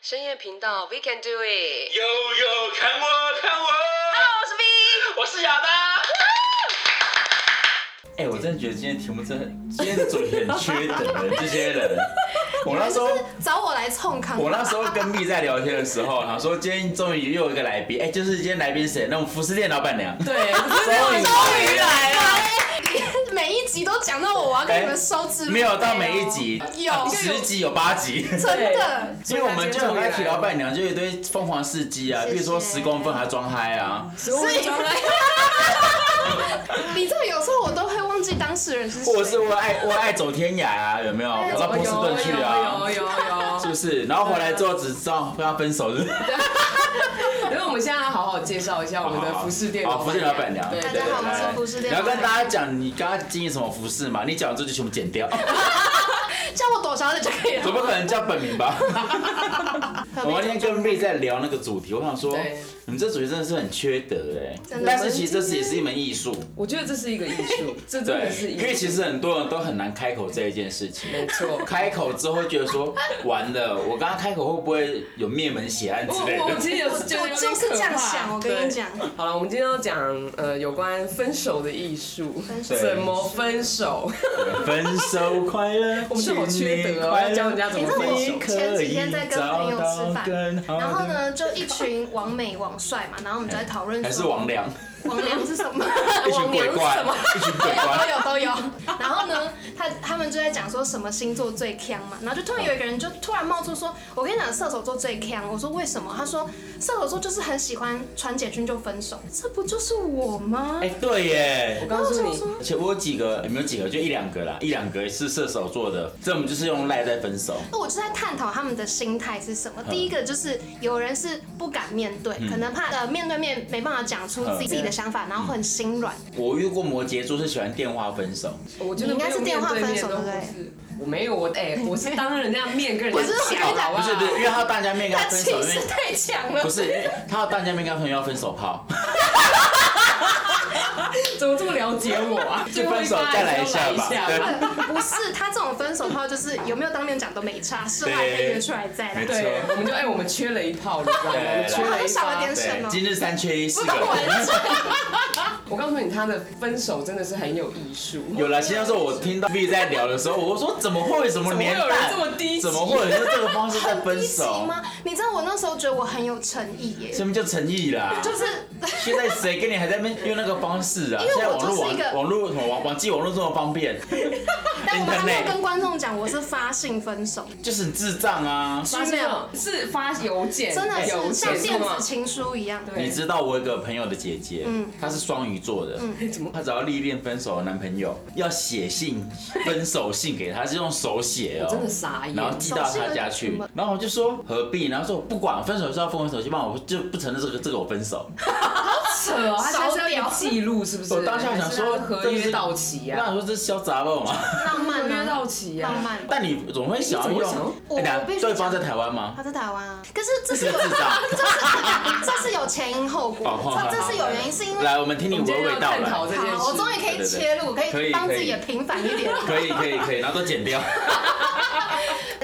深夜频道，We can do it。悠悠，看我，看我， Hello，我是 V。我是亚当。哎、我真的觉得今天题目真的，今天的主题很缺德的，这些人。我那时候，找我来冲康，我那时候跟蜜在聊天的时候，他说今天终于又有一个来宾，哎、就是今天来宾是谁？那种服饰店老板娘。对，啊终于终于来了。每一集都讲到我，我要跟你们收字幕哎没有到每一集，啊有十集有八集。真的，因为我们就很爱提老板娘，就有一堆疯狂事迹啊，比谢谢如说十公分还装嗨啊。十五分钟了， 你知道有时候我都会忘记当事人是谁，或者是我爱我爱走天涯啊，有没有？跑到波士顿去啊哎有，有有是有。不是？然后回来之后只知道跟他分手，是不是？因为我们现在要好好介绍一下我们的服饰店好，服饰店老板娘。对大家好我们是服饰店你老要板跟大家讲你刚刚经营什么服饰嘛？你讲完之后就全部剪掉， 叫我朵小姐就可以总了。不可能叫本名 吧？我那天跟瑞在聊那个主题，我想说对，你们这主题真的是很缺德哎真，的但是其实这是也是一门艺术，我觉得这是一个艺术，这真对的是，艺因为其术。实很多人都很难开口这一件事情。没错。开口之后会觉得说，完了，我刚刚开口会不会有灭门血案 之类我我的？其实有，我觉得有点就是这样可怕想我跟你对讲好了，我们今天要讲呃有关分手的艺术，分手怎么分手？分手快乐，我们是好缺德哦快乐要教人家怎么分手你可以前几天在跟朋友吃找饭到更好的然后呢，就一群王美王帅嘛，然后我们就在讨论还是说王良，王良是什么，一群王鬼良怪是什么。，一群鬼都怪。有都有。然后呢，他他们就在讲说什么星座最强嘛，然后就突然有一个人就突然冒出说，我跟你讲射手座最强。我说为什么？他说射手座就是很喜欢传简讯就分手，这不就是我吗？ 哎，对耶我。告诉你，而且我有几个，有没有几个？就一两个啦，一两个是射手座的，这我们就是用赖在分手。那我就在探讨他们的心态是嗯什么。第一个就是有人是不敢面对，可能怕呃面对面没办法讲出自己嗯自己的想法，然后很心软。我遇过摩羯座是喜欢电话分手，我觉得没有面对面都不是。我没有，我哎、我是当着人家面跟人家讲，啊好不好？是不是，因为他大家面跟他他分气手，因势为太强了不。是因为他大家面跟他朋友要分手炮，怎么这么了解我 啊？就分手再来一下吧最后一发还是要来一下吧不是他这种分手炮，就是有没有当面讲都没差，事后还可以约出来再来没。对，我们就哎、我们缺了一 套，你知道吗？对我们缺好了像一少了发点。什对，么？今日三缺一，四个不人。管是我告诉你，他的分手真的是很有艺术。有了，现在说我听到 B 在聊的时候，我说怎么会什么年怎么会有代人这么低级怎么会有人用这个方式在分低级手？吗？你知道我那时候觉得我很有诚意耶，什么叫诚意啦？就是 现在谁跟你还在那边用那个方式啊？因为现在我网络就是一个网网络什么网网际网络这么方便 但我还没有，Internet 跟观众讲我是发信分手，就是很智障啊！发现了是发邮哎件，真的邮是像件电吗子情书一样。对你知道我有一个朋友的姐姐，嗯她是双鱼座的，哎怎么她只要历练分手的男朋友，要写信分手信给她，是用手写哦、我真的傻眼然后寄到她家手信去有什么，然后我就说何必，然后说我不管分手就是要分手，就帮我就不承认这个这个我分手。扯啊？他现在是要烧掉记录是不是？我当下想说还是他的合约到期啊我呀，想说这是小杂包嘛，浪合漫约到啊，期呀浪，漫。但你总会想要你怎么用，想哎等下我我必须对方在讲台湾吗？他在台湾啊，可是 这是这有个智障。这是有前因后果哦，这这是有原因，是因为来，我们听你我们今娓天娓要道探讨来。这件好，我终事。于可以对对对切入，可可以以帮自可以己也平反一点。 可以可以可以，然后都剪掉，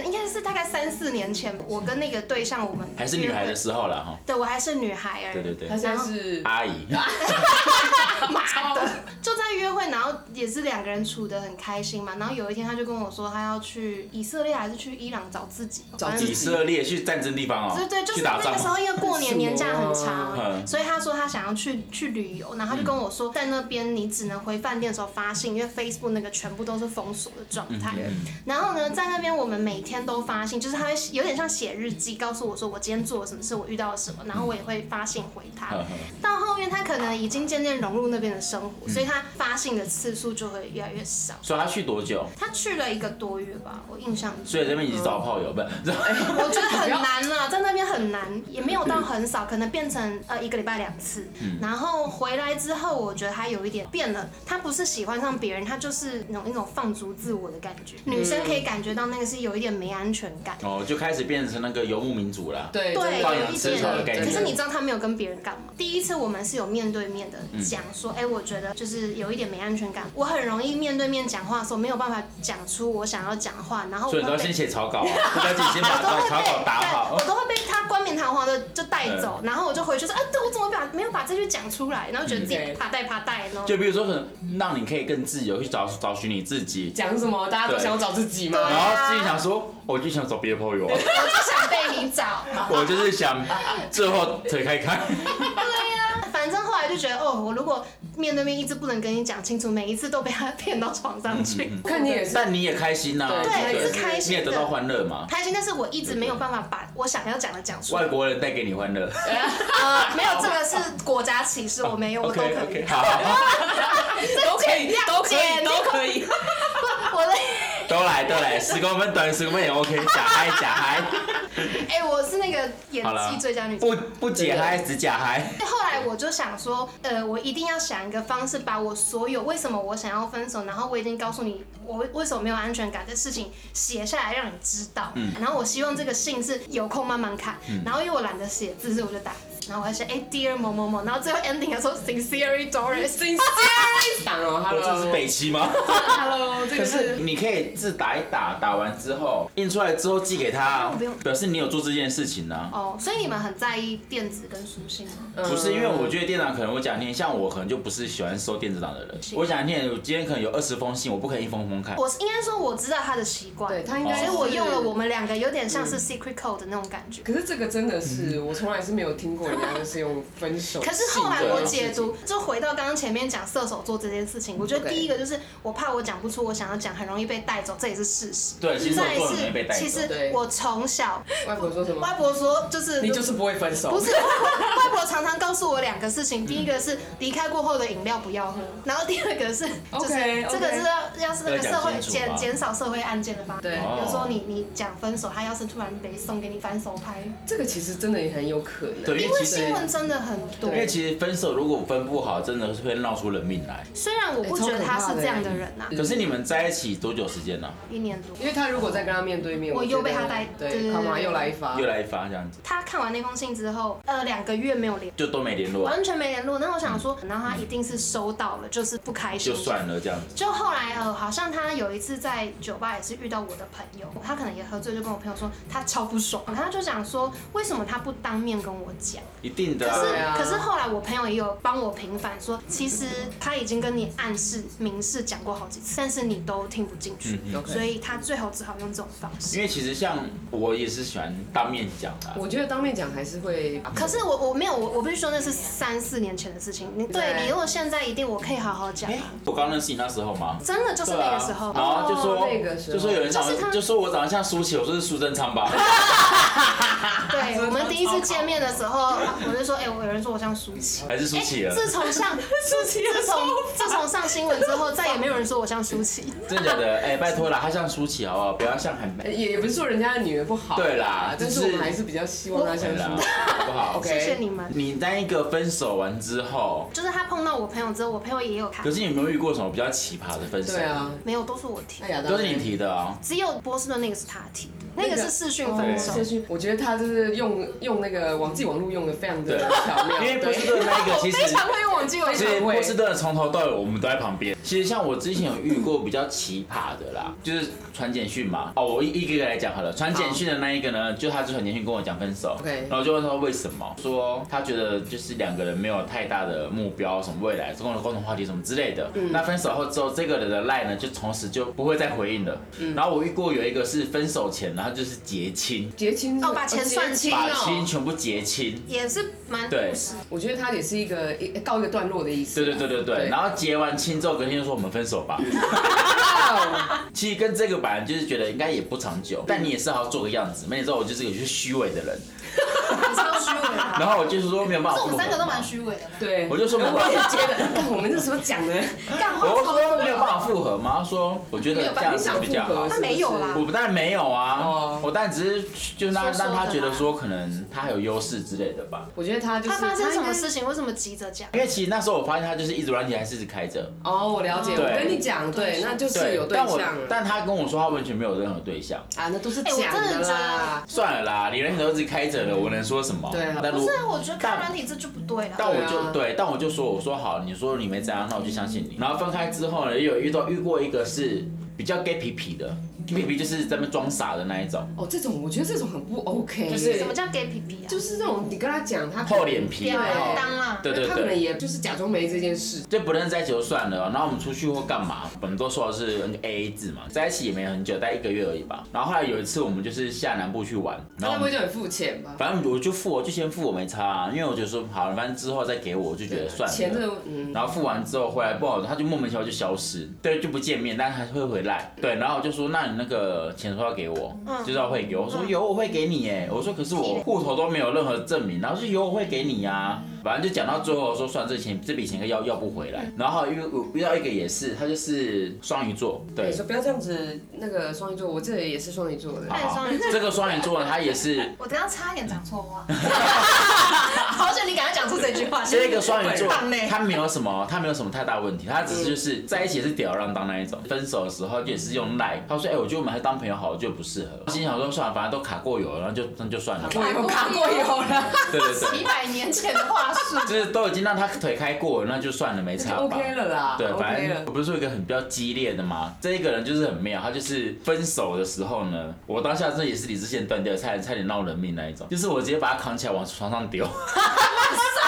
应该是大概三四年前，我跟那个对象我们还是女孩的时候了哈。对我还是女孩而已。对对对他，现 在是阿姨，妈的，就在约会，然后也是两个人处得很开心嘛。然后有一天他就跟我说，他要去以色列还是去伊朗找自己，找自反正己以色列去战争地方哦，对对，就去是打那仗个时哦。候，因为过年年假很为什么啊长，嗯所以他说他想要去去旅游，然后他就跟我说，在那边你只能回饭店的时候发信，因为 Facebook 那个全部都是封锁的状态。然后呢，在那边我们每天都发信，就是他会有点像写日记，告诉我说我今天做了什么事，我遇到了什么，然后我也会发信回他。呵呵到后面他可能已经渐渐融入那边的生嗯活，所以他发信的次数就会越来越少。所以他去多久？他去了一个多月吧，我印象中。所以这边已经找炮友，不是？我觉得很难啦，在那边很难，也没有到很嗯少，可能变成呃一个礼拜两次。然后回来之后，我觉得他有一点变了，他不是喜欢上别人，他就是那种一种放逐自我的感觉。嗯女生可以感觉到那个是有一点没安全感。 哦，就开始变成那个游牧民族啦。对对，哎放有养一吃草的概点。念可是你知道他没有跟别人干嘛？第一次我们是有面对面的嗯讲说，哎、我觉得就是有一点没安全感。我很容易面对面讲话的时候没有办法讲出我想要讲话，然后我所以你都要会被 先写草稿啊，不要紧，先把我都会草稿被打对好哦嗯我。都会被悔，就是啊，对我怎么把没有把这句讲出来，然后觉得自己嗯对怕带怕带，然后就比如说，可能让你可以更自由去找找寻你自己，讲什么？大家都想要找自己对然吗？后自己想说，我就想找别的朋友啊，我就想被你找。 我就是想最后腿开开。对呀、反正后来就觉得，哦，我如果面对面一直不能跟你讲清楚，每一次都被他 骗到床上去，嗯看你也是，但你也开心呐、对不是开心的你也得到欢乐嘛。开心，但是我一直没有办法把我想要讲的讲出外来。国人带给你欢乐，哎呃，没有，这个是国家歧视，我没哎有，我都 OK 可以 OK，。好好，好都可以，都可以，都可以。我的，都来都来，十公分短十公分也 OK，假嗨假 嗨，哎、我是那个演好了技最佳女主角。不不解嗨只假嗨。后来我就想说，呃，我一定要想一个方式，把我所有为什么我想要分手，然后我已经告诉你我为什么没有安全感的事情写下来，让你知道。嗯然后我希望这个信是有空慢慢看。然后因为我懒得写字，所以我就打字。然后我还写，哎、d e a r 某某某。然后最后 ending 的时候，Sincerely Doris。 Sincerely 党哦我这是，Hello，Hello，北齐吗？这可个是是你可以字打一打，打完之后印出来之后寄给他不用不用，表示你有做这件事情呢、哦，所以你们很在意电子跟书信吗？不是因为我觉得店长可能我讲听，像我可能就不是喜欢收电子档的人。是我讲听，我今天可能有二十封信，我不可以一封封看。我是应该说我知道他的习惯，对他应该所以我用了是我们两个有点像是 secret code 的那种感觉。可是这个真的是，嗯我从来是没有听过人家就是用分手。可是后来我解，读，就回到刚刚前面讲射手座这件事情，我觉得 OK 第一个就是我怕我讲不出我想要讲，很容易被带走，这也是事实。对，其实再我做很容易被是，带其走。实对我从小外婆说什么外？婆说就是你就是不会分手。不是外婆常常告诉我两个事情，第一个是离开过后的饮料不要喝，嗯然后第二个是就是 OK，OK 这个是要要是那个社会要讲清楚减吧减少社会案件的发生。对比如说你你讲分手，他要是突然没送给你反手拍，这个其实真的也很有可能。对，因因为为其实新闻真的很多因。为其实分手如果分不好，真的是会闹出人命来。虽然我不觉得他是这样的人呐、啊对可是你们在一起多久时间呢、一年多。因为他如果再跟他面对面，我觉得又被他带对对对，对干嘛又来一啊发？又来一发这样子，他看完那封信之后，呃，两个月没有联，就都没联络，完全没联络。那我想说，然后他一定是收到了，就是不开心。嗯就算了这样子。就后来呃，好像他有一次在酒吧也是遇到我的朋友，他可能也喝醉，就跟我朋友说他超不爽，他就讲说为什么他不当面跟我讲？一定的、可是、对啊，啊可是后来我朋友也有帮我平反说，其实他已经跟你暗示明示讲过好几次，但是你都听不进去，嗯 OK 所以他最后只好用这种方式因。为其实像我也是喜欢当面讲的啊、我觉得当面讲还是会，啊可是我我没有我我必须说那是三四年前的事情，你对对你如果现在一定我可以好好讲啊哎、，我刚认识你那时候吗？真的就是对那啊个时候，然后就说、哦那个时候就说有人长就是他得，就说我长得像舒淇，我说是苏贞昌 吧， 对我们第一次见面的时候，我就说哎，我有人说我像舒淇。哎还是舒淇哎了？自从 上舒淇，自 从自从上新闻之后，再也没有人说我像舒淇。真的假的？哎、拜托啦，她像舒淇好不好？不要像韩 梅。也也不是说人家的女人不好，啊对啦但就是是我们还是比较希望他对相信啦，。好不好 OK 谢谢你们。你在一个分手完之后，就是他碰到我朋友之后，我朋友也有看可，是你有没有遇过什么比较奇葩的分手？对，啊，没有都是我提那，亚当都是你提的啊、只有波士顿那个是他提的，那个是视讯分手哦。视讯我觉得他就是用用那个网际网络用的非常的巧妙，因为波对士顿那一个其实非常会用网际网非其常实会波士顿从头到尾我们都在旁边。其实像我之前有遇过比较奇葩的啦，就是传简讯嘛。哦，我一一个一个来讲好了。传简讯的那一个呢，就他就传简讯跟我讲分手 OK 然后就问他为什么，说他觉得就是两个人没有太大的目标，什么未来，共同共同话题什么之类的。嗯那分手后之后，这个人的赖呢，就从此就不会再回应了。嗯然后我遇过有一个是分手前，然后就是结清，结清是哦把钱算清把结亲哦全部结清。也是蛮对务实的。我觉得他也是一个一告一个段落的意思。对对对对对，对然后结完亲之后，隔天就说我们分手吧。哇哦其实跟这个版就是觉得应该也不长久，但你也是好好做个样子。没你知道我就是个就是虚伪的人，你超虚伪的。然后我就是说没有办可法。是我们三个都蛮。虚伪的。对，我就说没我也觉得，但我们那时候讲的，干我话就超说多没有办法的。复合吗？他说我觉得这样子比较好。他没有啦我当然没有啊哦，我当然只是就让说说的让啦他觉得说可能他还有优势之类的吧。我觉得他就是他发生什么他应事情？为什么急着讲？因为其实那时候我发现他就是一直软体还是一直开着，该？哦，我了解，对我跟你讲，对，那就是有对但我象但他跟我说他完全没有任何对象，啊，那都是哎我真假的的啦。算了啦，你软体都一直开着了，我能说什么？对啊但如不是啊，我觉得看但软体这就不对了。但我就对啊对，但我就说，我说好，你说你没怎样，那我就相信你。然后分开之后呢，也有遇到遇过一个是比较 gay 皮皮的，皮皮就是在那边装傻的那一种，哦，这种我觉得这种很不 OK，就是耶什么叫 gay 皮皮啊？就是这种你跟他讲，他厚脸皮，扁然后担当啊。对对他可能对。也就是假装没这件事。就不认识在一起就算了，然后我们出去或干嘛，我们都说的是 A A 制嘛，在一起也没很久，大概一个月而已吧。然后后来有一次我们就是下南部去玩，然他后该我们不会就很付钱吧？反正我就付，我就先付，我没差、啊，因为我就说好了，反正之后再给我，我就觉得算了。啊钱这个，嗯，然后付完之后回来不好，他就莫名其妙就消失，对，就不见面，但是还是会回来，对。然后我就说，那你那个钱说要给我，嗯就是要汇给我。我说有，我会给你哎。我说可是我户头都没有任何证明，然后就有我会给你呀、反正就讲到最后说，算这钱这笔钱要要不回嗯来。然后因为我遇到一个也是，他就是双鱼座，对你，说不要这样子，那个双鱼座，我这里也是双鱼座的。哎好双鱼，座这个双鱼座呢他也 是我等一下差点讲 错话，好险你赶快讲出这句话。这个双鱼座棒呢，他没有什么，他没有什么太大问题，他只是就是在一起是吊儿郎当那一种。分手的时候也是用赖，他说：“哎、我觉得我们还是当朋友好，就不适合。”我心想说：“算了，反正都卡过油了，然后就那就算了吧。”我有卡过油了对对对，几百年前 的话术，就是都已经让他腿开过了，那就算了，没就差吧。 OK 了啦，对，反 OK 正了我。不是说有一个很比较激烈的吗？这一个人就是很妙，他就是分手的时候呢，我当下真的也是理智线断掉，差点差点闹人命那一种，就是我直接把他扛起来往床上丢。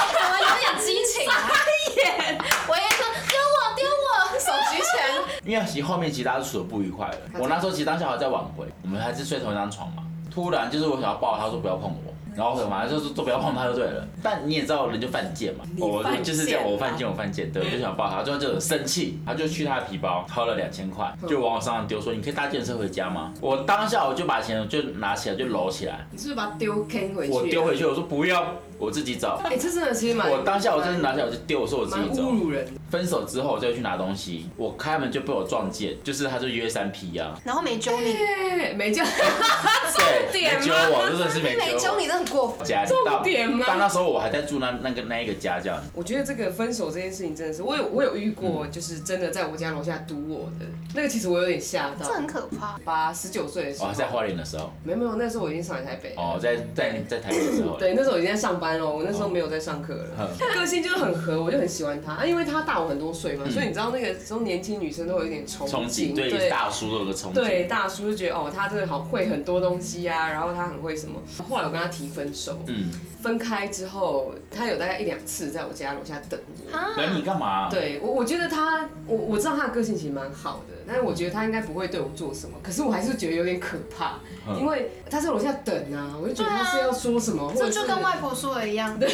可能有点激情、啊。我也说丢我丢我，手举起来。因为其实后面其实大家都处的不愉快了。我那时候其实当下还在挽回，我们还是睡同一张床嘛。突然就是我想要抱他，说不要碰我，然后我反正就是都不要碰他就对了。但你也知道人就犯贱嘛，我犯贱就是这样，啊我犯贱，我犯贱，对，我就想抱他，最后就很生气，他就去他的皮包掏了两千块，嗯就往我身上丢，说你可以搭电车回家吗？我当下我就把钱就拿起来就搂起来，你是不是把它丢坑回去？啊我丢回去，我说不要，我自己找。哎，这真的其实蛮……我当下我真的拿起来我就丢，我说我自蛮己走侮。辱人的。分手之后我再去拿东西，我开门就被我撞见，就是他就约三 P 啊。然后没揪你，哎，没叫对，点没揪吗我，真的是没没揪揪我。你真的很过分。家重到点吗但那时候我还在住那那个那一个家这样，我觉得这个分手这件事情真的是，我有我有遇过，就是真的在我家楼下堵我的那个，其实我有点吓到这。很可怕，八十九岁的时我候还，在花莲的时候，没有没有，那时候我已经上来台北了。哦，在在在台北的时候，对，那时候我已经在上班了，我那时哦候没有在上课了。哼，个性就是很合，我就很喜欢他，啊，因为他大我很多岁嘛，所以你知道那个时候年轻女生都有一点憧嗯憧憬对于对大叔都有个憧对，憬，大叔就觉得哦，他真的好会很多东西啊，然后他很会什么。后来我跟他提分手，嗯，分开之后，他有大概一两次在我家楼下等我。那你干嘛？啊对我，我觉得他，我我知道他的个性其实蛮好的，但是我觉得他应该不会对我做什么，可是我还是觉得有点可怕，嗯因为他在楼下等啊，我就觉得他是对啊要说什么，或这者就是跟外婆说的一样，分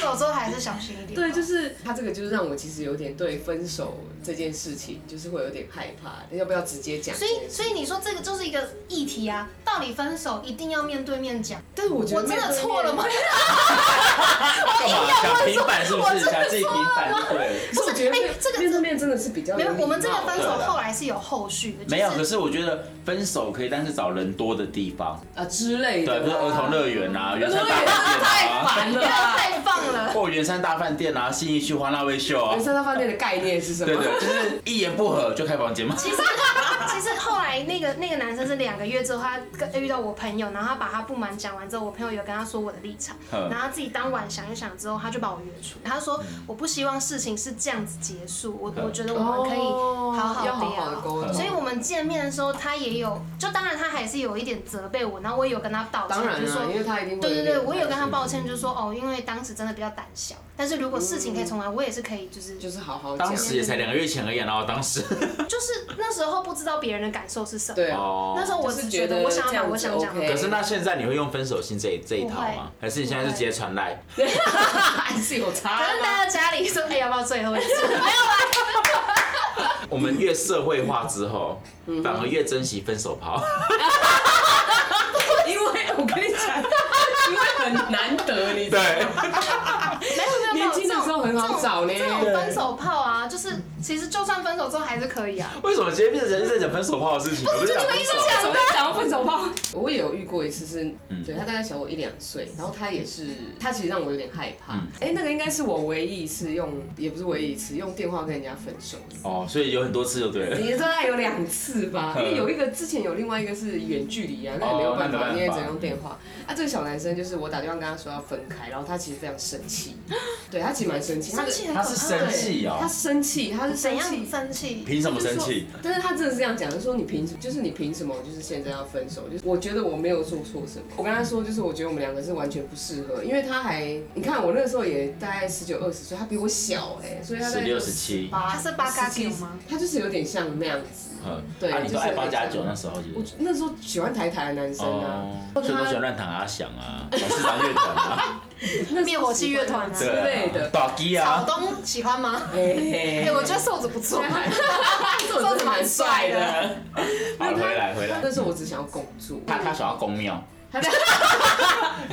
手之后还是小心一点。对，就是他这个就是让我其实有点对分手这件事情就是会有点害怕，要不要直接讲这所以件事？所以你说这个就是一个议题啊，到底分手一定要面对面讲，但是我觉得我真面的对面错了吗？？ 哎干嘛？想平板是不是？想自己平板就对了。 可是我觉得哎面这个面对面真的是比较没有，礼貌我们这个分手对啦后来是有后续的，没有，就可是是我觉得分手可以，但是找人多的地方，啊之类对，的，比如说儿童乐园啊，圆儿童山大饭店啊，乐园太烦不了要啊。太放了，或圆山大饭店啊，信义区欢乐微秀啊人，生大饭店的概念是什么？对对，就是一言不合就开房间嘛。其实其实后来那个那个男生是两个月之后，他跟遇到我朋友，然后他把他不满讲完之后，我朋友有跟他说我的立场，嗯然后他自己当晚想一想之后，他就把我约出，他说我不希望事情是这样子结束，我我觉得我们可以好好哦的要好好的沟通，所以我们见面的时候，他也有，就当然他还是有一点责备我，然后我也有跟他道歉，当然就说了，因为他一定会对对对，点我有跟他抱歉，就说哦，因为当时真的比较胆小，但是如果事嗯情可以重来，我也是可以，就是就是好好讲当，时也才两个月前而已，啊然后当时就是那时候不知道别人的感受是什么，对 啊，哦那时候我只觉就是觉得得我想要把我想讲这的样可子是那现在你会用分手信这一这一套不会吗？还是你现在是直接传来？还是有差可能吗。待在家里说哎要不要最后一次，没有啦，我们越社会化之后，嗯反而越珍惜分手 炮。因为我跟你讲，因为很难得，你知道吗，没有没有没有，年轻的时候很好找呢这种这种分手炮啊，就是其实就算分手之后还是可以啊，为什么今天变成一直在讲分手炮的事情？我们讲分手。怎么想要分手炮？我也有遇过一次是，嗯对他大概小我一两岁，然后他也是，他其实让我有点害怕。嗯哎，那个应该是我唯一一次用，也不是唯一一次用电话跟人家分手。哦，所以有很多次就对了。你大概有两次吧，因为有一个之前有另外一个是远距离啊，那也没有办嗯哦那没办法，法你也只能用电话。啊，这个小男生就是我打电话跟他说要分开，然后他其实非常生气，对他其实蛮生气，他生的气很可他怕是生气哦他，生气，他是怎生样气。生气？凭什么生气？但是他真的是这样讲，就说你凭什么？就是你凭什么？就是现在要分手？就是我觉得我没有做错什么。我跟他说，就是我觉得我们两个是完全不适合，因为他还，你看我那个时候也大概十九二十岁，他比我小哎、所以他在16 17八他是八嘎九吗？他就是有点像那样子。嗯，对啊，你就是都爱有八点加这九样那时候就我是。哦那时候喜欢台台的男生啊，所以都喜欢乱躺阿翔啊，董事长乐团啊，那时候灭火器乐团啊 之对啊类的。打鸡小啊，东喜欢吗？哎哎，我觉得瘦子不错。 这种真的蛮帅的。好了，回来回来那，时候我只想要拱住，他他想要公庙，他在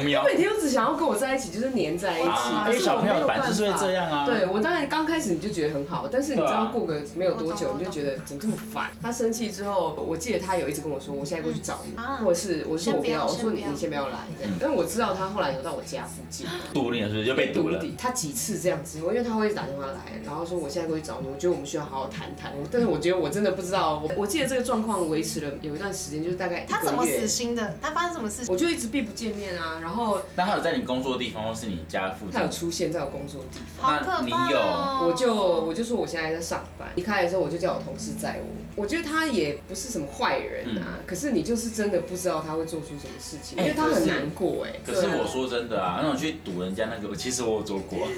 喵他每天都只想要跟我在一起，就是黏在一起。啊，因可为是小我朋没有友本来办就是法会这样啊，对我当然刚开始你就觉得很好，但是你知对道啊过个没有多我久，懂你就觉得怎么这么烦。他生气之后，我记得他有一直跟我说，我现在过去找你，啊或者是我说先我不要我先说不你要你先不要来这样。但是我知道他后来有到我家附近，毒你了是不是就嗯被毒独了？立，他几次这样子，因为他会打电话来，然后说我现在过去找你，我觉得我们需要好好谈谈。但是我觉得我真的不知道，我我记得这个状况维持了有一段时间，就是大概一个他怎么月死心的？他发生什么事情？我就一直避不见面啊，然后那他有在你工作的地方或是你家附近他有？出现在我工作地，好可怕哦！我就我就说我现在在上班，离开的时候我就叫我同事载我。我觉得他也不是什么坏人啊，可是你就是真的不知道他会做出什么事情，嗯哎因为他可很是难过哎、可是我说真的啊，那种去堵人家那个，其实我有做过啊，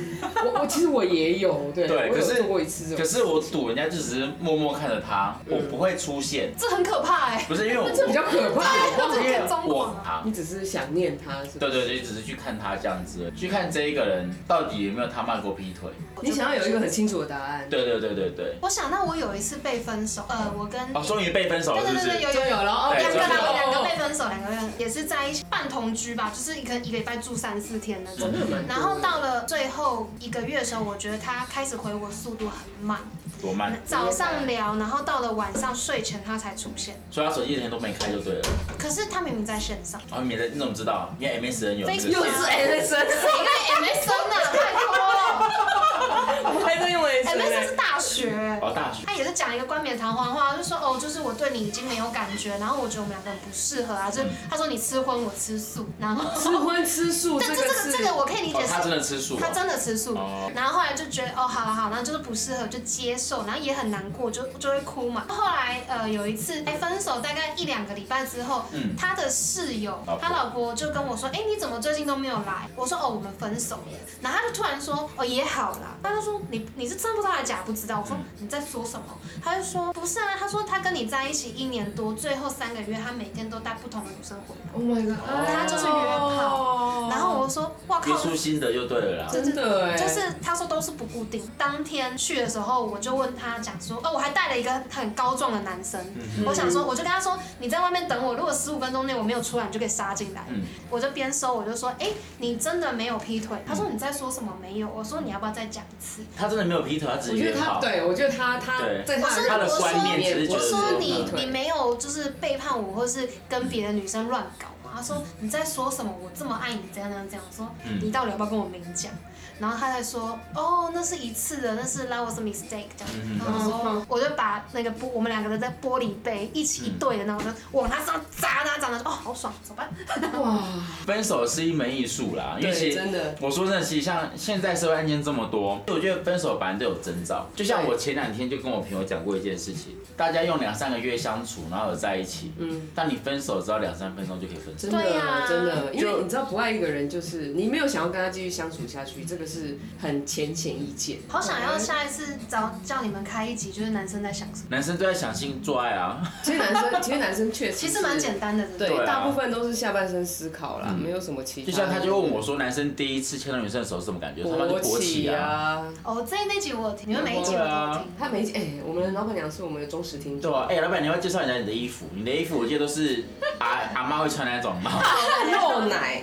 我我其实我 也有对，对我可有是做过一次这可种。是我堵人家就只是默默看着他，我不会出现，这很可怕哎，不是因为我这比较可 怕，因为我啊你只是想念他是吧？对对对，只是去看他这样子，去看这一个人到底有没有他骂过劈腿。你想要有一个很清楚的答案。对对对对对，我想到我有一次被分手，呃，我跟哦，终于被分手对了，是对不对对是？有就有有了哦，对两就个啦，有了两个被分手，两个人也是在一起半同居吧，就是一个一个礼拜住三四天那种。真的蛮多的然后到了最后一个月的时候，我觉得他开始回我速度很慢，多慢，早上聊，然后到了晚上睡前他才出现。所以他手机一天都没开就对了。可是他明明在线上，然后啊免得你怎么知道？因为 MSN 有那又个 Facebook 哎是 MSN， 因为 MSN 啊，拜托我还在用，MSN 哎是呢大学。哦大学，他也是讲一个冠冕堂皇的话，就说哦，就是我对你已经没有感觉，然后我觉得我们两个人不适合啊，就是他说你吃荤，我吃素，然后吃荤吃素 但这这个这个是这个我可以理解哦，是他真的吃素啊，他真的吃素哦，然后后来就觉得哦，好了好，然后就是不适合就接受，然后也很难过，就就会哭嘛。后来呃有一次哎分手大概一两个礼拜之后，嗯他的室友老婆他老婆就跟我说，哎你怎么最近都没有来？我说哦我们分手了，然后他就突然说哦也好啦，他就说你你是真不知道还是假不知道？我说嗯你在说什么？他就说不是啊，他说他跟你在一起一年多，最后三个月他每天都带不同的女生回来， ，Oh my god，哦哦他就是约哦炮然后我就说哇约靠，出新的就对了啦。真的哎，就是他说都是不固定。当天去的时候，我就问他讲说，哦，我还带了一个很高壮的男生，嗯我想说，我就跟他说，你在外面等我，如果十五分钟内我没有出来，你就可以杀进来。嗯我就边收，我就说，哎、你真的没有劈腿？他说你在说什么没有？我说你要不要再讲一次？他真的没有劈腿，他只我是觉约得他炮。对，我觉得他他对在我他是他的我观念只是觉我得说说你你没没有就是背叛我，或是跟别的女生乱搞吗？他说你在说什么？我这么爱你，怎样怎样怎样？我说嗯你到底要不要跟我明讲？然后他才说哦，那是一次的，那是 that was a mistake 这样。嗯然后我嗯说我就把那个玻我们两个人在玻璃杯一起一对的那种，我往他身上砸，他砸他说哦好爽，走吧。 哇，分手是一门艺术啦，因为其对，实真的，我说真的，其实像现在社会案件这么多，我觉得分手本来都有征兆。就像我前两天就跟我朋友讲过一件事情，大家用两三个月相处，然后有在一起，嗯，但你分手只要两三分钟就可以分手。真的对呀真的，因啊就为你知道不爱一个人，就是你没有想要跟他继续相处下去，这个是很浅显易见。好想嗯要下一次找叫你们开一集，就是男生在想什么，男生都在想性做爱啊，其实男生，其实男生确实其实蛮是简单的，真的对，对啊大部分都是下半身思考啦，嗯没有什么其他。就像他就问我，说，男生第一次牵到女生的手是什么感觉？他妈就国勃企起啊。啊，哦，这那集我有听，你们每一集我都有听。他每一集哎，我们的老板娘是我们的忠实听对众，啊，哎、老板，你要不要介绍一下你的衣服？你的衣服我记得都是阿阿妈会穿那种嘛， 露奶，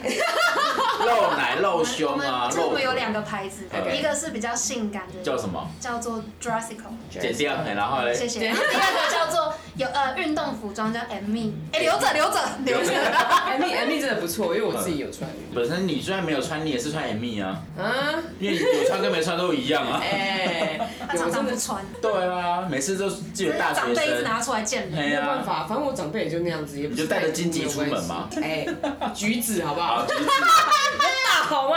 露奶露我胸们啊，就是我露们有两个个牌子， OK 一个是比较性感的，哎叫什么？叫做 Drassical，剪掉，哎然后嘞，谢谢。对然后第二个叫做有呃运动服装叫 M E，哎留着留着留着。 M E M E 真的不错，因为我自己有穿。本身你虽然没有穿，你也是穿 M E 啊，啊，因为有穿跟没穿都一样 啊。哎， 他有常真常的不穿， 对啊，每次都是只有真大的学长辈一直生，拿出来见人。 哎没有办呀，法，反正我长辈也就那样子，也不你就带着荆棘出门嘛哎，橘子好不好好？橘子，大好吗？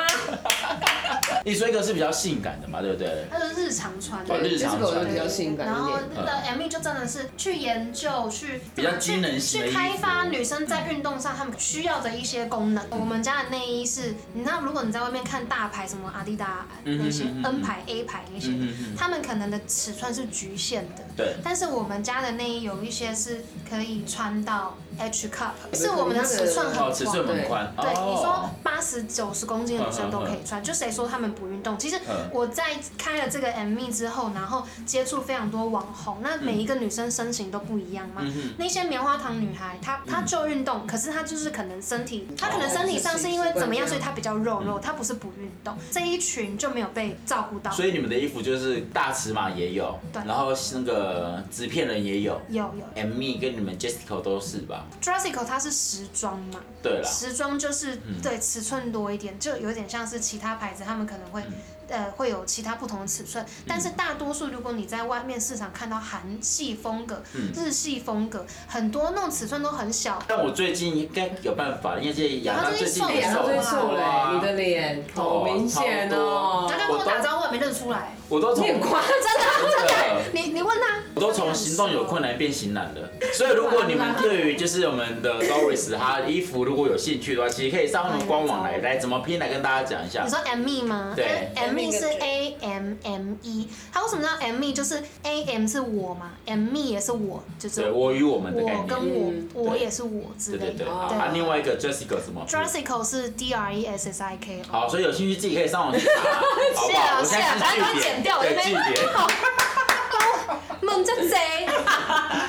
你说一个是比较性感的嘛，对不 对？他是日常穿的哦。日常这个我穿就比较性感然一后点。那个 M E 就真的是去研究去比较机能性的衣去服开发女生在运动上她们需要的一些功能。我们家的内衣是，你知道，如果你在外面看大牌什么阿迪达嗯那些嗯嗯 N 牌 A 牌那些嗯嗯嗯，他们可能的尺寸是局限的。对，但是我们家的内衣有一些是可以穿到 H cup，对是我们的尺寸很哦，广。尺寸很宽。哦对，你说哦，八十九十公斤的女生都可以穿，就谁说她们不运动？其实嗯我在开了这个 M E 之后，然后接触非常多网红，那每一个女生身形都不一样嘛。嗯那些棉花糖女孩，她她就运动，可是她就是可能身体，哦她可能身体上是因为怎么样，所以她比较肉肉，她不是不运动。这一群就没有被照顾到哼，。所以你们的衣服就是大尺码也有，对然后那个纸片人也有有有，M E 跟你们 Jessica 都是吧？ ，Dressico 它是时装嘛，对啦，嗯时装就是对尺寸多一点，就有点像是其他牌子，他们可能会嗯呃会有其他不同的尺寸，但是大多数如果你在外面市场看到韩系风格、嗯日系风格，很多那种尺寸都很小。但我最近应该有办法，因为这亚当最近哎哎，也呀，亚他当瘦最了最瘦瘦啊嘞，你的脸好明显哦哦，他刚跟我打招呼也没认出来，我都从你很夸张。真啊的你你问他，我都从行动有困难变型男了，所以如果你们对于就是我们的 Doris 她的衣服如果有兴趣的话，其实可以上我们官网来来怎么拼来跟大家讲一下你。说 M E 吗？对，M E 是 A M M E，他为什么叫 M E？就是 A M 是我嘛，M E 也是我，就是对我与我们的概我念，跟我嗯，我对也是我之对对类对。的。哦好对啊，另外一个 Jessica 什么？ Dressico 是 D R E S S I K 哦。好，所以有兴趣自己可以上网去查，好不谢啊 好？我谢现啊，在反正是都据剪点，掉，我这对据点 边。好，猛着贼，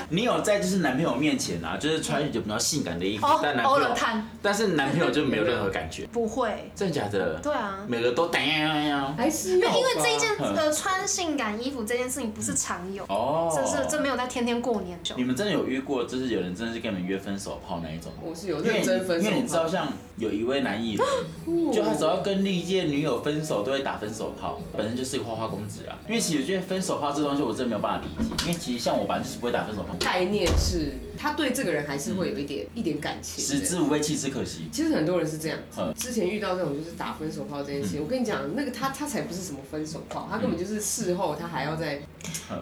你有在就是男朋友面前啊，就是穿一件比较性感的衣服哦，但男欧朋了友，碳但是男朋友就没有任何感觉，不会，真的假的？对啊。每个都哒呀呀呀。还是因有吧，为因为这一件嗯呃穿性感衣服这件事情不是常有，哦，这是这没有在天天过年就你们真的有遇过，就是有人真的是跟你们约分手炮那一种吗？我是有因为认你真分手嗯因为你知道，像有一位男艺人，就他只要跟历届女友分手，都会打分手炮，本身就是一个花花公子啊。因为其实我觉得分手炮这东西，我真的没有办法理解。因为其实像我本来就是不会打分手炮，概念是他对这个人还是会有一点一点感情的，食之无味，弃之可惜。其实很多人是这样子嗯，之前遇到这种就是打分手炮这件事情，我跟你讲，那个他他才不是什么分手炮，嗯他根本就是事后他还要再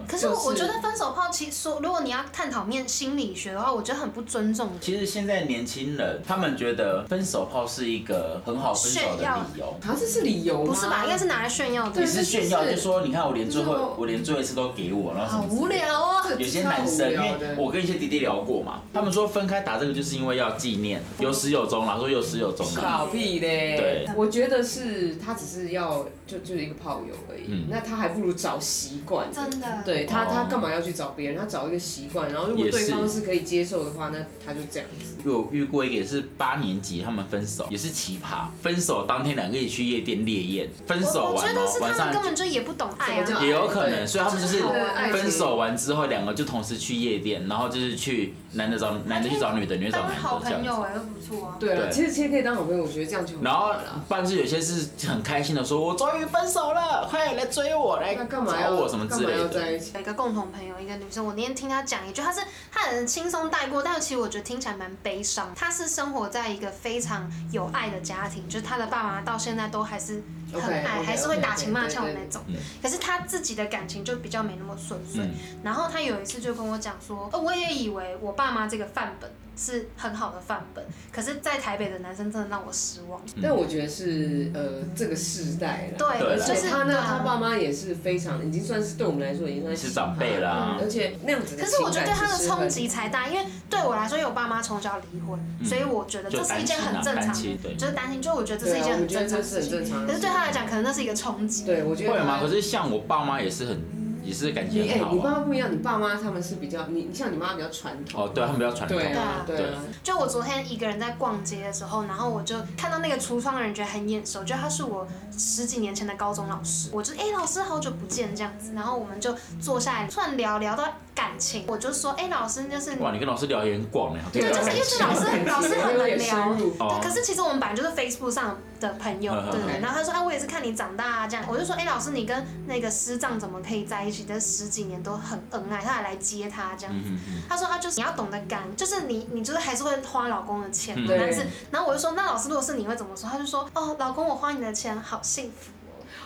可是就是我我觉得分手炮，其实说如果你要探讨面心理学的话，我觉得很不尊重其实现在年轻人，他们觉得分手炮是一个很好分手的理由。好像这是理由吗？不是吧？应该是拿来炫耀的你对，是炫耀，就是就说你看我连最就是后我我连最后一次都给我，然后什好么之类的无聊哦。这有些男超生，无因为聊的我跟一些弟弟聊过嘛，他们说分开打这个就是因为要纪念，有始有终啦，说有始有终啦。 搞屁嘞！对我觉得是他只是要就就是一个炮友而已，嗯那他还不如找习惯。真的对他，哦他干嘛要去找别人？他找一个习惯，然后如果也对是方是可以接受的话，那他就这样子。嗯有遇过一个也是八年级，他们分手也是奇葩，分手当天两个一起去夜店烈焰，分我手我觉完得哦是他晚们根上本就也不懂爱什么啊叫。也有可能，对所以他们就是就是好玩分手完之后两个就同时去夜店，然后就是去男的找男的去找女的，女的找当男好的这样朋子。友哎，又不错啊。对啊，对其实其实可以当好朋友，我觉得这样就很然好后了啦。，但是有些是很开心的说，我终于分手了，快点来追我，来那干嘛要找我什么之类干嘛要的。在一起？有一个共同朋友，一个女生，我那天听她讲一句，她是她很轻松带过，但其实我觉得听起来蛮悲伤。她是生活在一个非常有爱的家庭，就是她的爸妈到现在都还是很爱 OK，OK，OK，还是会打情骂俏的那种。对对对可是她自己的感情就比较没那么顺遂。嗯然后她有一次就跟我讲说，哦，我也以为我爸妈这个范本是很好的范本，可是，在台北的男生真的让我失望。但我觉得是呃这个世代啦，对嗯对而啦且就是他那对啊他爸妈也是非常，已经算是对我们来说已经算是长辈啦嗯而且那样子的可情感其是实我很。觉得对他的冲击才大，因为对我来说，因为我爸妈从小离婚，嗯所以我觉得这是一件很正就常担心啊担心的，对就是担心，就我觉得这对是一啊，件我很觉得正常这的是事很情。正常的可是事情。对他来讲，可能那是一个冲击。对，我觉得会吗？他可是像我爸妈也是很，也是感情你哎、很好、你爸啊。妈不一样，你爸妈他们是比较，你你像你妈比较传统。哦，对他们比较传统。对啊，对对啊，就我昨天一个人在逛街的时候，然后我就看到那个橱窗的人，觉得很眼熟，就他是我十几年前的高中老师。我就哎、老师好久不见这样子，然后我们就坐下来突然聊聊到感情，我就说哎、老师就是哇，你跟老师聊也很广哎。对，就是因为是老师老师很能聊有点深入，哦对，可是其实我们本来就是 Facebook 上的朋友，嗯嗯对对对。嗯然后他说，哎，我也是看你长大啊，这样。我就说，哎，老师，你跟那个师丈怎么可以在一起？这十几年都很恩爱，他还来接他嗯这样子。他说，他就是你要懂得感恩，就是你你就是还是会花老公的钱，嗯但对是，然后我就说，那老师如果是你会怎么说？他就说，哦，老公，我花你的钱，好幸福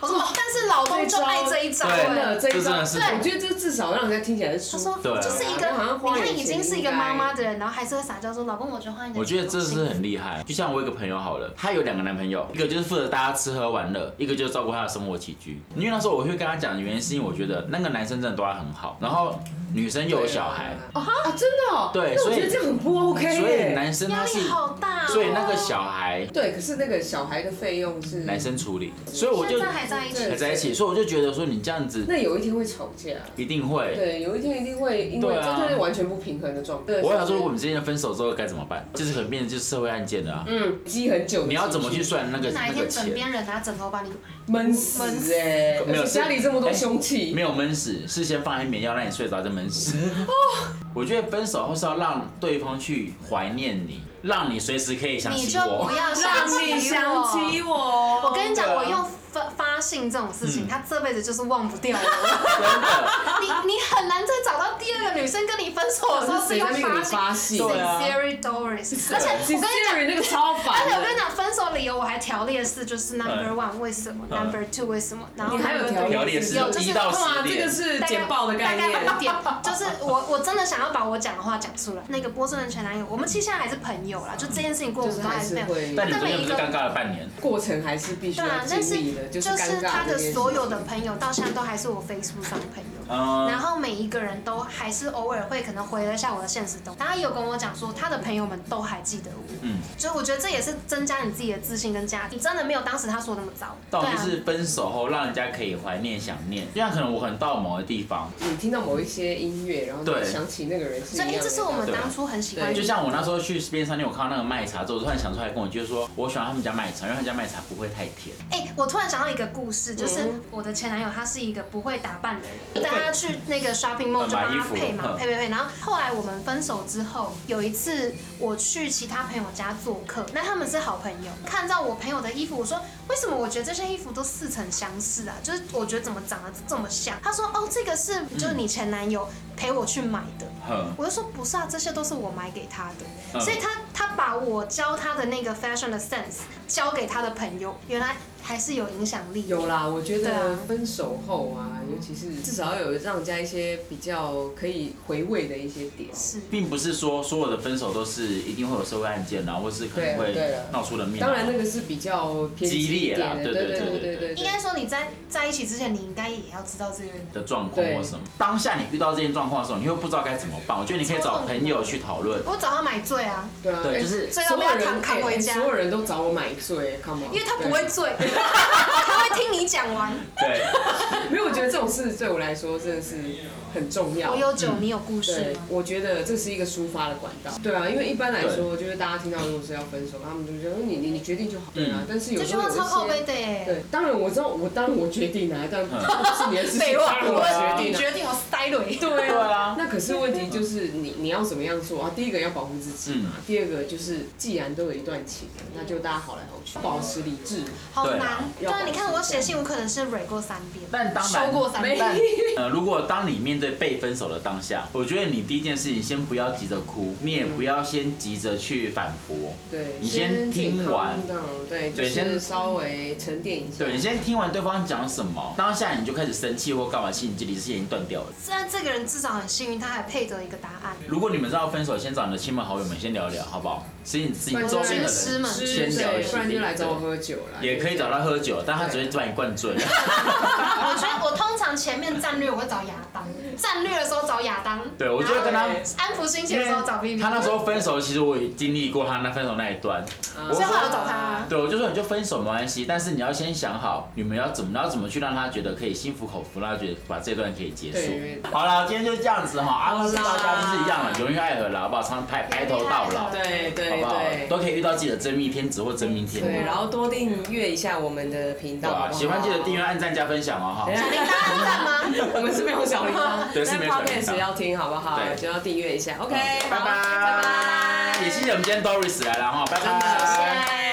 哦。我说，但是老公就爱这一招对真了。的这一这真招，的是我觉得这至少让人家听起来是舒他服说，对啊就是一好像个，花你园看已经是一个应该妈妈的人，然后还是会撒娇说：“老公，我觉得换一点。”我觉得这是很厉害。就像我有一个朋友好了，他有两个男朋友，一个就是负责大家吃喝玩乐，一个就是照顾他的生活起居。因为那时候我会跟他讲，原因是因为我觉得那个男生真的对他很好，然后女生又有小孩，啊，啊真的哦，对那我所以觉得这样很不 OK 所以耶男生压他是力，好大、哦。所以那个小孩对，可是那个小孩的费用是男生处理，所以我就现在还在一起对还在一起，所以我就觉得说你这样子那有一天会吵架，一定会。对，有一天一定会因为对啊这就是完全不平衡的状态。我想说，我们之间分手之后该怎么办？就是很变成就是社会案件了啊。嗯积很久的情绪，你要怎么去算那个哪那一个天枕钱？边人拿枕头把你闷死哎？没有而且家里这么多是凶器，没有闷死，是先放安眠药让你睡着再闷死。哦我觉得分手后是要让对方去怀念你，让你随时可以想你起就我不。要想起我。我我跟你讲，我用发发信这种事情，嗯他这辈子就是忘不掉 了。真的，你你很难再找到第二个女生跟你分手的时候是谁用在那个发里信。发泄？对啊 Siri Doris，而且 我跟你讲。 Siri 那个超烦而且我跟的，你讲，分手理由我还条列式，就是 number one 为什么嗯，number two 为什么，然后你还有 number 条 three 条列是有就是一到哇，十这个点。是大概简报的大概概念五。点，就是我我真的想要把我讲的话讲出来。那个波士顿前男友，我们其实现在还是朋友啦，就这件事情过我就们是都还还是是朋友。会，但你们中间不是尴尬了半年？过程还是必须对啊要，但是经历的，就是是尴他尬的这件事所有的朋友到现在都还是我 Facebook 上的朋友。然嗯，后每一个人都还是偶尔会可能回了一下我的现实动态，然后也有跟我讲说他的朋友们都还记得我，嗯嗯，所以我觉得这也是增加你自己的自信跟价值，你真的没有当时他说那么糟，啊到底是分手后让人家可以怀念、想念，就像可能我可能到某个地方，你听到某一些音乐，然后对你想起那个人是一所样以的。这是我们当初很喜欢对就的，像我那时候去便利商店，我看到那个麦茶之后，我突然想出来跟我就是说，我喜欢他们家麦茶，因为他们家麦茶不会太甜。哎、我突然想到一个故事，嗯就是我的前男友他是一个不会打扮的人，带他去那个 shopping mall 嗯就帮买衣他服配嘛嗯，配配配。然后后来我们分手之后，有一次我去其他朋友家做客，那他们是好朋友，看到我朋友的衣服，我说为什么我觉得这些衣服都似曾相识啊？就是我觉得怎么长得这么像？他说哦，这个是就是你前男友陪我去买的。哼，我就说不是啊，这些都是我买给他的，嗯所以他他把我教他的那个 fashion 的 sense 交给他的朋友，原来还是有影响力。有啦，我觉对得啊分手后啊，尤其是至少要有让人家一些比较可以回味的一些点。是，并不是说所有的分手都是一定会有社会案件，然后或是可能对啊会对啊闹出人命啊。当然，那个是比较偏激烈啦一对点的对对对对对对对对应对。该说你在在一起之前，你应该也要知道这个人。的状况或什么，当下你遇到这件状况的时候，你会不知道该怎么办。我觉得你可以找朋友去讨论。我找他买醉啊，对啊，对哎就是最后被他扛扛回家所有人都找我买醉，come on，因为他不会醉， 他会听你讲完。对， 对。没有，我觉得这种事对我来说真的是很重要。我有酒，你有故事嗯对吗，？我觉得这是一个抒发的管道。对啊，因为一般来说，就是大家听到如果是要分手，他们就觉得嗯你你你决定就好。对啊嗯，但是有这时句候话有一超靠些背的耶。对，当然我知道，我当然我决定嗯啊，但不是你的 事情，当然我决定啊。决定我塞雷。对对啊那可是问题就是你你要怎么样做啊？第一个要保护自己嘛，嗯第二个就是既然都有一段情了，那就大家好来好去，保持理智。好对啊难。对啊，你看我写信，我可能是蕊过三遍， 但当然收过三遍。呃，如果当你面对被分手的当下，我觉得你第一件事情先不要急着哭，你也不要先急着去反驳。对，你先听完 calm down，对，就对先是稍微沉淀一下。对你先听完对方讲什么，当下你就开始生气或干嘛，心理理智线已经断掉了。但这个人至少很幸运，他还配得一个答案。如果你们知道分手，先找你的亲朋好友们先聊聊，好不好？是你自己不然周就边的来人师们先聊一对下，不然就来找我喝酒了。也可以找他喝酒，但他只会把你灌 醉。我觉得我通常前面战略我会找亚当，战略的时候找亚当，对，我就会跟他然后嘞安抚心情的时候找 B B。他那时候分手，其实我也经历过他那分手那一段。啊，所以后来我找他对，我就说你就分手没关系，但是你要先想好你们要怎么，然后怎么去让他觉得可以心服口服，让他觉得把这段可以结对束。好啦，今天就这样子哈，啊，是大家就是一样了，永远爱和老，好不好？常拍白头到老，对对好不好？对。都可以遇到自己的真命天子或真命天对，啊女然，后多订阅一下我们的频对道，好吧？不好哎喜欢记得订阅、。按赞、加分享哦，啊哈。小铃铛你干嘛？ 我们是没有小铃铛，对是没有小铃铛 podcast 要听好不好对？嗯就要订阅一下。OK，拜拜啊好拜拜，也谢谢我们今天 Doris 来了哈，拜真的，拜。谢谢。